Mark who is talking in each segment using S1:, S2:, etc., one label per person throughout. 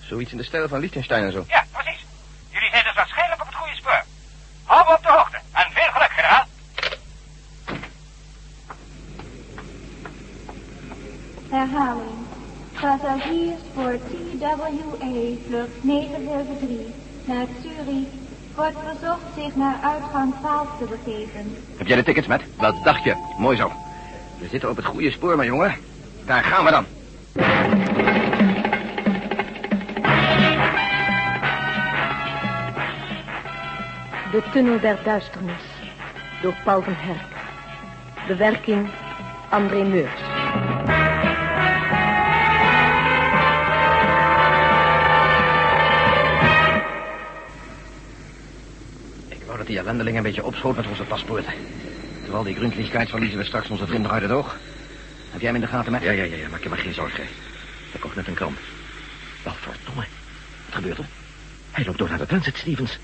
S1: Zoiets in de stijl van Liechtenstein en zo.
S2: Ja, precies. Jullie zijn dus waarschijnlijk op het goede spoor. Hou me op de hoogte. En veel geluk, generaal.
S3: Herhaling. Passagiers voor TWA vlucht 973 naar Zurich wordt verzocht zich naar uitgang 12 te begeven.
S1: Heb jij de tickets, met? Wat dacht je? Mooi zo. We zitten op het goede spoor, mijn jongen. Daar gaan we dan.
S4: De tunnel der duisternis door Paul van Herk. Bewerking André Meurs.
S1: Ik wou dat die ellendeling een beetje opschoot met onze paspoorten. Terwijl die gründlichkeit verliezen we straks onze vrienden uit het oog. Heb jij hem in de gaten, met? Ja, ja, ja, ja maak je maar geen zorgen. Ik kocht net een krant. Wel, verdomme. Wat gebeurt er? Hij loopt door naar de transit, Stevens.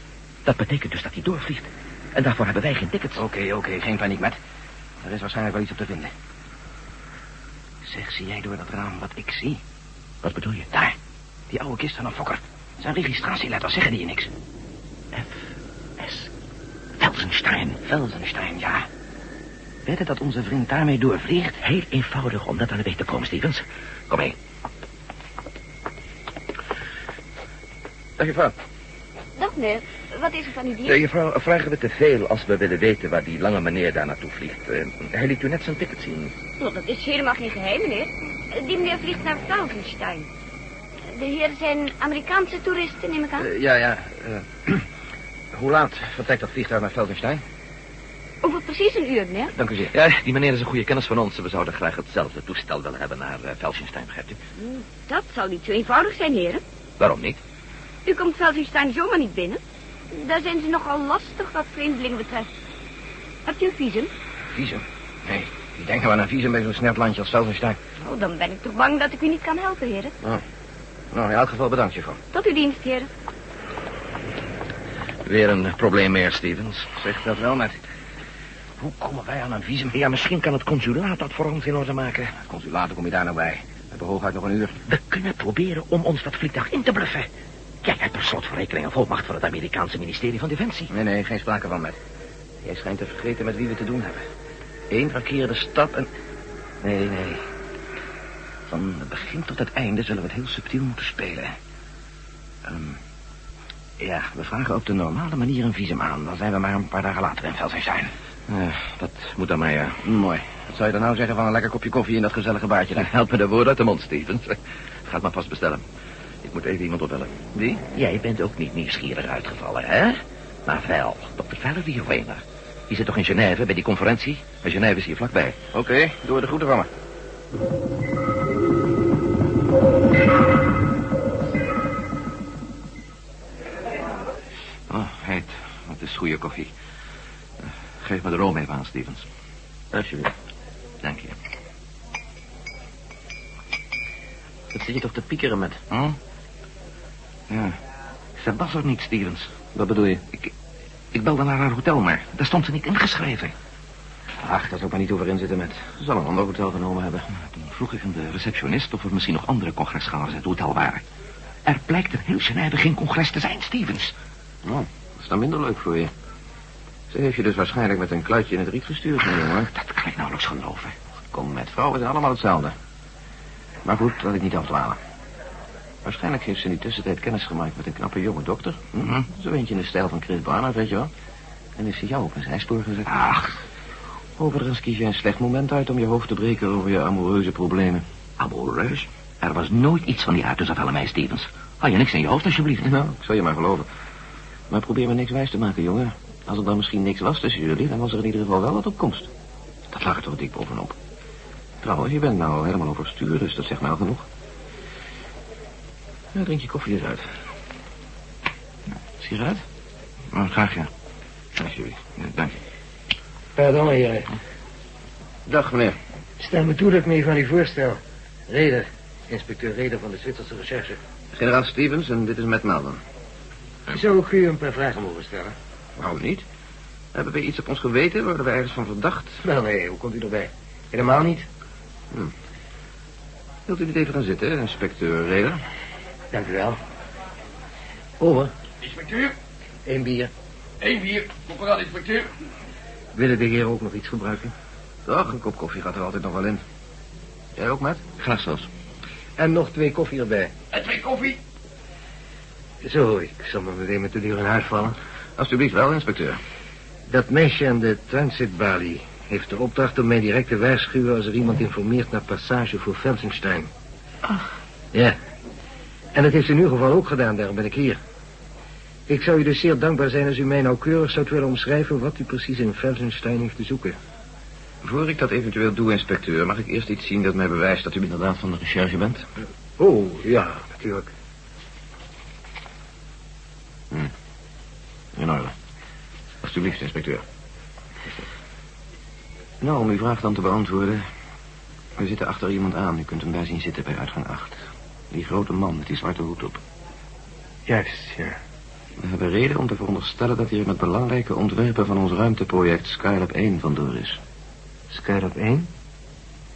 S1: Dat betekent dus dat hij doorvliegt. En daarvoor hebben wij geen tickets. Oké, oké, geen paniek, Matt. Er is waarschijnlijk wel iets op te vinden. Zeg, zie jij door dat raam wat ik zie? Wat bedoel je? Daar, die oude kist van een fokker. Zijn registratieletters zeggen die je niks. F. S. Velsenstein. Velsenstein, ja. Weet het dat onze vriend daarmee doorvliegt? Heel eenvoudig om dat aan de weg te komen, Stevens. Kom mee. Dag, juffrouw.
S5: Dag meneer, wat is er van u
S6: Eh,
S5: dier?
S6: Juffrouw, vragen we te veel als we willen weten waar die lange meneer daar naartoe vliegt. Eh, hij liet u net zijn ticket zien.
S5: Nou, dat is helemaal geen geheim meneer. Die meneer vliegt naar Falkenstein. De heren zijn Amerikaanse toeristen, neem ik aan.
S1: Eh, ja, ja. eh, hoe laat vertrekt dat vliegtuig naar Velsenstein?
S5: Over precies een uur, meneer.
S1: Dank u zeer.
S6: Ja, die meneer is een goede kennis van ons. We zouden graag hetzelfde toestel willen hebben naar uh, Velsenstein, begrijpt u?
S5: Dat zou niet zo eenvoudig zijn, heren.
S6: Waarom niet?
S5: U komt Falkenstein zomaar niet binnen. Daar zijn ze nogal lastig wat vreemdelingen betreft. Hebt u een visum?
S1: Visum? Nee, wie denkt nou aan een visum bij zo'n snert landje als Velsenstein?
S5: Oh, dan ben ik toch bang dat ik u niet kan helpen, heren.
S1: Nou, in elk geval bedankt, juffrouw.
S5: Tot uw dienst, heren.
S6: Weer een probleem meer, Stevens.
S1: Zeg dat wel, met. Hoe komen wij aan een visum? Ja, misschien kan het consulaat dat voor ons in orde maken. Consulaat, hoe kom je daar nou bij? We hebben hooguit nog een uur.
S7: We kunnen proberen om ons dat vliegtuig in te bluffen. Jij hebt per slotverrekening een volmacht van het Amerikaanse ministerie van Defensie.
S1: Nee, nee, geen sprake van, met. Jij schijnt te vergeten met wie we te doen hebben. Eén verkeerde stap en... Nee, nee. Van het begin tot het einde zullen we het heel subtiel moeten spelen. Ehm, ja, we vragen op de normale manier een visum aan. Dan zijn we maar een paar dagen later in Velsenstein.
S6: Eh, dat moet aan mij, ja.
S1: Mooi. Wat zou je dan nou zeggen van een lekker kopje koffie in dat gezellige baadje daar?
S6: Help me de woorden uit de mond, Stevens. Ga het maar vast bestellen. Ik moet even iemand opbellen.
S1: Die?
S7: Jij bent ook niet nieuwsgierig uitgevallen, hè? Maar wel, dokter Valerie Weiner. Die zit toch in Genève bij die conferentie?
S6: Maar Genève is hier vlakbij.
S1: Oké, doe de groeten van me.
S6: Oh, heet. Het is goede koffie. Eh, Geef me de room even aan, Stevens.
S1: Alsjeblieft.
S6: Dank je.
S1: Wat zit je toch te piekeren met?
S6: Hm? Ja. Ze was er niet, Stevens.
S1: Wat bedoel je?
S6: Ik, ik belde naar haar hotel, maar daar stond ze niet ingeschreven.
S1: Ach, dat is ook maar niet hoe we erin zitten met. Ze zal een ander hotel genomen hebben.
S6: Toen vroeg ik aan de receptionist of er misschien nog andere congresgangers in het hotel waren. Er blijkt in heel Genève geen congres te zijn, Stevens.
S1: Nou, dat is dan minder leuk voor je. Ze heeft je dus waarschijnlijk met een kluitje in het riet gestuurd, mijn jongen.
S6: Dat kan ik nauwelijks geloven.
S1: Kom met, vrouwen zijn allemaal hetzelfde. Maar goed, laat ik niet afdwalen. Waarschijnlijk heeft ze in die tussentijd kennis gemaakt met een knappe jonge dokter. Hm?
S6: Mhm.
S1: Zo eentje in de stijl van Chris Barnard, weet je wel. En heeft ze jou op een zijspoor gezet.
S6: Ach,
S1: Overigens kies je een slecht moment uit om je hoofd te breken over je amoureuze problemen.
S6: amoureus. Er was nooit iets van die aard tussen Val en mij, Stevens. Hou je niks in je hoofd, alsjeblieft.
S1: Nou, ik zal je maar geloven. Maar probeer me niks wijs te maken, jongen. Als er dan misschien niks was tussen jullie, dan was er in ieder geval wel wat opkomst. Dat lag er toch dik bovenop. Trouwens, je bent nou helemaal overstuur, dus dat zegt nou genoeg. Nou, drink je koffie eens uit. Sigaret?
S6: Oh, graag, ja.
S1: Alsjeblieft.
S6: Ja, Dank je.
S8: Pardon, eh, heren.
S1: Dag, meneer.
S8: Stel me toe nou dat ik me van u voorstel. Reder, inspecteur Reder van de Zwitserse recherche.
S1: Generaal Stevens en dit is Matt Melden.
S8: Zou ik u een paar vragen mogen stellen?
S1: Waarom Oh, niet? Hebben we iets op ons geweten? Worden we ergens van verdacht?
S8: Wel, nee, hoe komt u erbij? Helemaal niet.
S1: Wilt u niet even gaan zitten, inspecteur Reder?
S8: Dank u wel. Over.
S2: Inspecteur,
S8: Eén bier.
S2: één bier. Corporaal inspecteur.
S8: Willen de heren ook nog iets gebruiken?
S1: Toch, een kop koffie gaat er altijd nog wel in. Jij ook, Matt?
S6: Graag zelfs.
S8: En nog twee koffie erbij.
S2: En twee koffie.
S8: Zo, ik zal maar meteen met de deur in huis vallen.
S1: Alsjeblieft wel, inspecteur.
S8: Dat meisje aan de transitbalie heeft de opdracht om mij direct te waarschuwen... als er iemand informeert naar passage voor Felsenstein. Ach. Ja. En dat heeft ze in uw geval ook gedaan, daarom ben ik hier. Ik zou u dus zeer dankbaar zijn als u mij nauwkeurig zou willen omschrijven... wat u precies in Felsenstein heeft te zoeken.
S1: Voor ik dat eventueel doe, inspecteur, mag ik eerst iets zien dat mij bewijst dat u inderdaad van de recherche bent?
S8: Oh, ja, natuurlijk.
S1: In orde. Alsjeblieft, inspecteur. Nou, om uw vraag dan te beantwoorden. We zitten achter iemand aan. U kunt hem daar zien zitten bij uitgang 8. Die grote man met die zwarte hoed op.
S8: Juist, ja.
S1: We hebben reden om te veronderstellen dat hij er met belangrijke ontwerpen van ons ruimteproject Skylab 1 vandoor is.
S8: Skylab 1?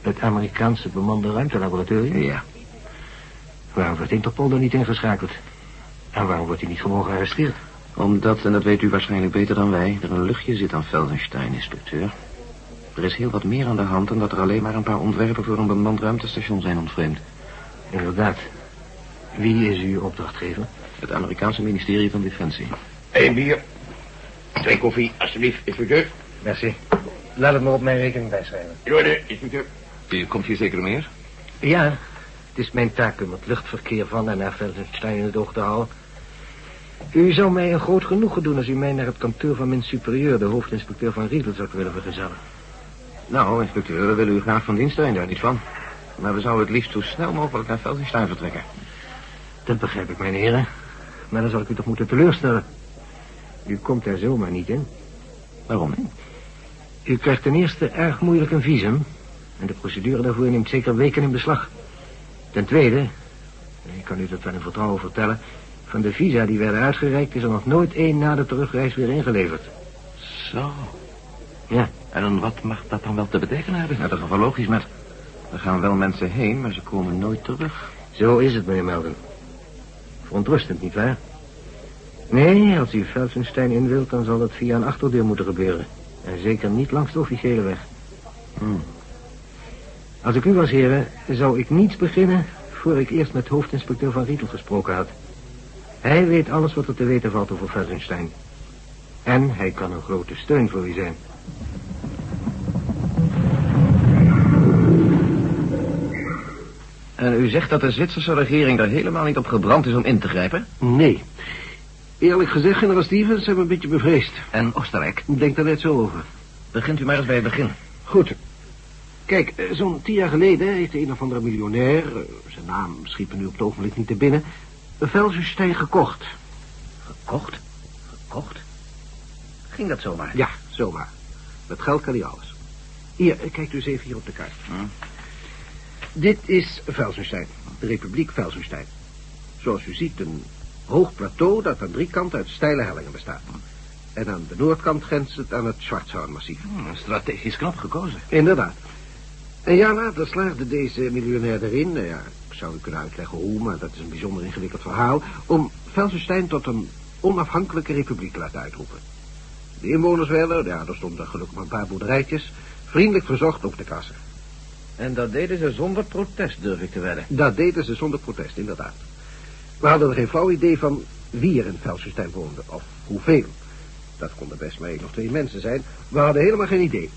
S8: Het Amerikaanse bemande ruimtelaboratorium?
S1: Ja.
S8: Waarom wordt Interpol er niet ingeschakeld? En waarom wordt hij niet gewoon gearresteerd?
S1: Omdat, en dat weet u waarschijnlijk beter dan wij, er een luchtje zit aan Felsenstein, inspecteur. Er is heel wat meer aan de hand dan dat er alleen maar een paar ontwerpen voor een bemand ruimtestation zijn ontvreemd.
S8: Inderdaad. Wie is uw opdrachtgever?
S1: Het Amerikaanse ministerie van Defensie.
S7: Eén bier. Twee koffie, alsjeblieft, inspecteur.
S8: Merci. Laat het me op mijn rekening bijschrijven.
S7: In orde, inspecteur.
S6: U komt hier zeker meer?
S8: Ja, het is mijn taak om het luchtverkeer van en naar Felsenstein in het oog te houden. U zou mij een groot genoegen doen als u mij naar het kantoor van mijn superieur, de hoofdinspecteur van Riedel, zou willen vergezellen.
S1: Nou, inspecteur, we willen u graag van dienst zijn, daar niet van. Maar we zouden het liefst zo snel mogelijk naar Felsenstein vertrekken.
S8: Dat begrijp ik, mijn heren. Maar dan zal ik u toch moeten teleurstellen. U komt daar zomaar niet in.
S1: Waarom niet?
S8: U krijgt ten eerste erg moeilijk een visum. En de procedure daarvoor neemt zeker weken in beslag. Ten tweede, en ik kan u dat wel in vertrouwen vertellen... van de visa die werden uitgereikt is er nog nooit één na de terugreis weer ingeleverd.
S6: Zo.
S8: Ja.
S6: En wat mag dat dan wel te betekenen hebben?
S1: Nou, dat is nog wel logisch, met. Er gaan wel mensen heen, maar ze komen nooit terug.
S8: Zo is het, meneer Melden. Verontrustend, nietwaar? Nee, als u Felsenstein in wilt, dan zal dat via een achterdeur moeten gebeuren. En zeker niet langs de officiële weg.
S1: Hmm.
S8: Als ik u was, heren, zou ik niets beginnen... voor ik eerst met hoofdinspecteur Van Rietel gesproken had. Hij weet alles wat er te weten valt over Felsenstein. En hij kan een grote steun voor u zijn.
S1: En u zegt dat de Zwitserse regering er helemaal niet op gebrand is om in te grijpen?
S8: Nee. Eerlijk gezegd, generaal Stevens, zijn we een beetje bevreesd.
S1: En Oostenrijk?
S8: Denk daar net zo over.
S1: Begint u maar eens bij het begin.
S8: Goed. Kijk, eh, zo'n tien jaar geleden heeft een of andere miljonair... eh, zijn naam schiet me nu op het ogenblik niet te binnen... een Velsenstein gekocht.
S1: Gekocht? Gekocht? Ging dat zomaar?
S8: Ja, zomaar. Met geld kan hij alles. Hier, eh, kijk dus even hier op de kaart. Dit is Velsenstein, de Republiek Velsenstein. Zoals u ziet, een hoog plateau dat aan drie kanten uit steile hellingen bestaat. En aan de noordkant grenst het aan het Schwarzhornmassief.
S6: Hmm, strategisch knap gekozen.
S8: Inderdaad. Een jaar later slaagde deze miljonair erin, nou ja, ik zou u kunnen uitleggen hoe, maar dat is een bijzonder ingewikkeld verhaal, om Felsenstein tot een onafhankelijke republiek te laten uitroepen. De inwoners werden, ja, er stonden gelukkig maar een paar boerderijtjes, vriendelijk verzocht op te kassen.
S1: En dat deden ze zonder protest, durf ik te wedden.
S8: Dat deden ze zonder protest, inderdaad. We hadden er geen flauw idee van wie er in Felsenstein woonde, of hoeveel. Dat konden best maar één of twee mensen zijn. We hadden helemaal geen idee.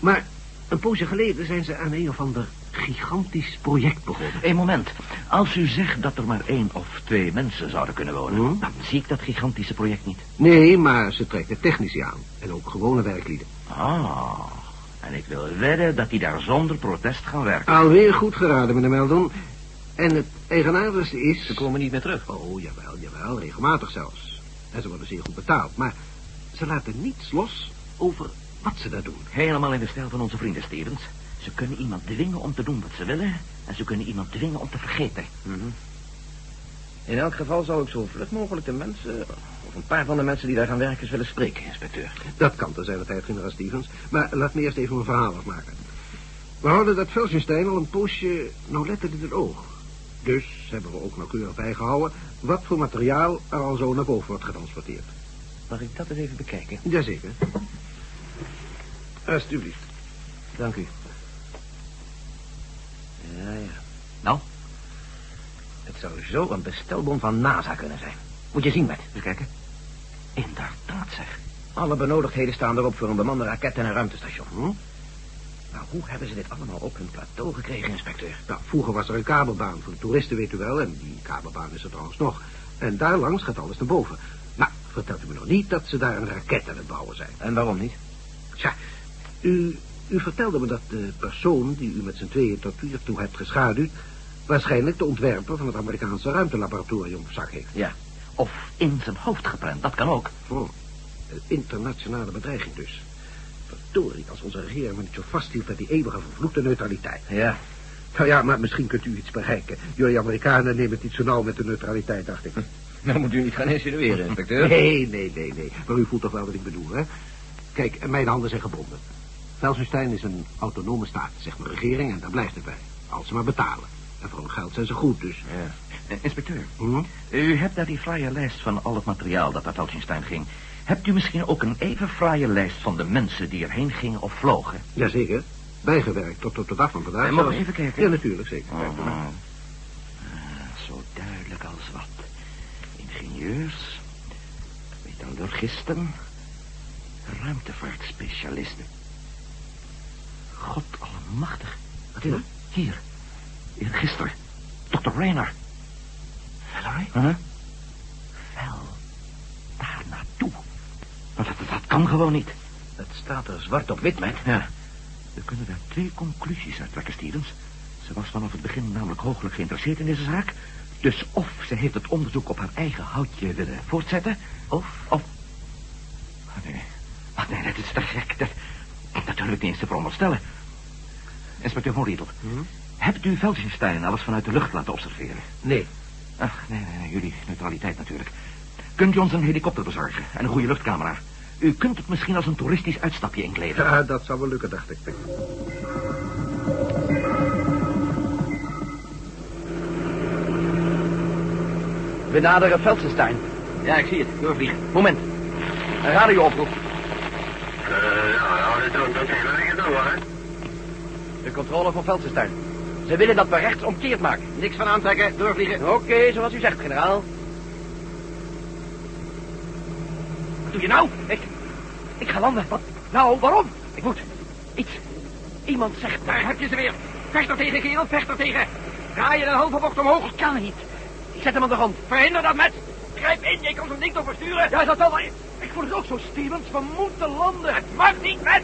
S8: Maar een poosje geleden zijn ze aan een of ander gigantisch project begonnen.
S6: Eén moment. Als u zegt dat er maar één of twee mensen zouden kunnen wonen,
S8: Hmm?
S6: dan zie ik dat gigantische project niet.
S8: Nee, maar ze trekken technici aan. En ook gewone werklieden.
S6: Ah. En ik wil wedden dat die daar zonder protest gaan werken.
S8: Alweer goed geraden, meneer Meldon. En het eigenaardigste is...
S1: Ze komen niet meer terug.
S8: Oh, jawel, jawel. Regelmatig zelfs. En ze worden zeer goed betaald. Maar ze laten niets los over wat ze daar doen.
S6: Helemaal in de stijl van onze vrienden, Stevens. Ze kunnen iemand dwingen om te doen wat ze willen... en ze kunnen iemand dwingen om te vergeten.
S1: In elk geval zou ik zo vlug mogelijk de mensen, of een paar van de mensen die daar gaan werken, willen spreken, inspecteur.
S8: Dat kan te zijn de tijd, generaal Stevens. Maar laat me eerst even mijn verhaal afmaken. We houden dat Felsenstein al een poosje nauwlettend in het oog. Dus hebben we ook nauwkeurig bijgehouden wat voor materiaal er al zo naar boven wordt getransporteerd.
S1: Mag ik dat eens even bekijken?
S8: Jazeker. Alsjeblieft. Dank u.
S1: Ja, ja. Nou? Het zou zo een bestelbon van NASA kunnen zijn. Moet je zien, Bert.
S9: Eens kijken. Inderdaad, zeg.
S1: Alle benodigdheden staan erop voor een bemande raket en een ruimtestation. Maar hoe hebben ze dit allemaal op hun plateau gekregen, inspecteur?
S8: Nou, vroeger was er een kabelbaan voor de toeristen, weet u wel. En die kabelbaan is er trouwens nog. En daar langs gaat alles naar boven. Maar vertelt u me nog niet dat ze daar een raket aan het bouwen zijn.
S1: En waarom niet?
S8: Tja, u, u vertelde me dat de persoon die u met z'n tweeën tot hiertoe hebt geschaduwd... waarschijnlijk de ontwerper van het Amerikaanse ruimtelaboratorium op zak heeft.
S1: Ja. Of in zijn hoofd geprent, dat kan ook.
S8: Oh, een internationale bedreiging dus. Verdorie, als onze regering maar niet zo vasthield bij die eeuwige vervloekte neutraliteit.
S1: Ja.
S8: Nou ja, maar misschien kunt u iets bereiken. Jullie Amerikanen nemen het niet zo nauw met de neutraliteit, dacht ik.
S1: Dan moet u niet gaan insinueren, inspecteur.
S8: Nee, nee, nee, nee. Maar u voelt toch wel wat ik bedoel, hè? Kijk, en mijn handen zijn gebonden. Felsenstein is een autonome staat, zegt mijn regering, en daar blijft het bij. Als ze maar betalen. En voor hun geld zijn ze goed, dus.
S1: Ja. Eh, inspecteur,
S8: Hm?
S1: u hebt daar die fraaie lijst van al het materiaal dat naar Felsenstein ging. Hebt u misschien ook een even fraaie lijst van de mensen die erheen gingen of vlogen?
S8: Jazeker. Bijgewerkt tot op de dag van vandaag.
S1: Eh, mogen we
S8: zelfs.
S1: even kijken?
S8: Ja, natuurlijk, zeker.
S1: Ah, zo duidelijk als wat. Ingenieurs, metallurgisten, ruimtevaartspecialisten. God almachtig. Wat is er? Hier. Eergisteren. Dr. Rainer. Valerie? Huh? Vel. Daar naartoe. Maar dat, dat, dat kan gewoon niet.
S6: Het staat er zwart op wit, man.
S1: Ja. We kunnen daar twee conclusies uit trekken, Stevens. Ze was vanaf het begin namelijk hooglijk geïnteresseerd in deze zaak. Dus of ze heeft het onderzoek op haar eigen houtje willen voortzetten... Of? Of... Ah, nee. Ach, nee, dat is te gek. Dat, dat durf ik niet eens te veronderstellen. Inspecteur Van Riedel. Hebt u Felsenstein alles vanuit de lucht laten observeren?
S8: Nee.
S1: Ach, nee, nee, nee, jullie neutraliteit natuurlijk. Kunt u ons een helikopter bezorgen en een goede luchtcamera? U kunt het misschien als een toeristisch uitstapje inkleden.
S8: Ja, dat zou wel lukken, dacht ik.
S6: We naderen Felsenstein. Ja, ik zie het. Doorvliegen. Moment. Een radiooproep. Eh, nou De controle van Felsenstein. Ze willen dat we rechts omkeerd maken. Niks van aantrekken, doorvliegen. Oké, zoals u zegt, generaal. Wat doe je nou? Ik, ik ga landen. Wat? Nou, waarom? Ik moet. Iets. Iemand zegt. Daar heb je ze weer. Vecht er tegen, kerel, vecht er tegen. Draai je een halve bocht omhoog. Dat kan niet. Ik zet hem aan de grond. Verhinder dat, met. Grijp in, je kan zo'n ding toch versturen? Ja, is dat wel. maar Ik voel het ook zo, Stevens. We moeten landen. Het mag niet, met.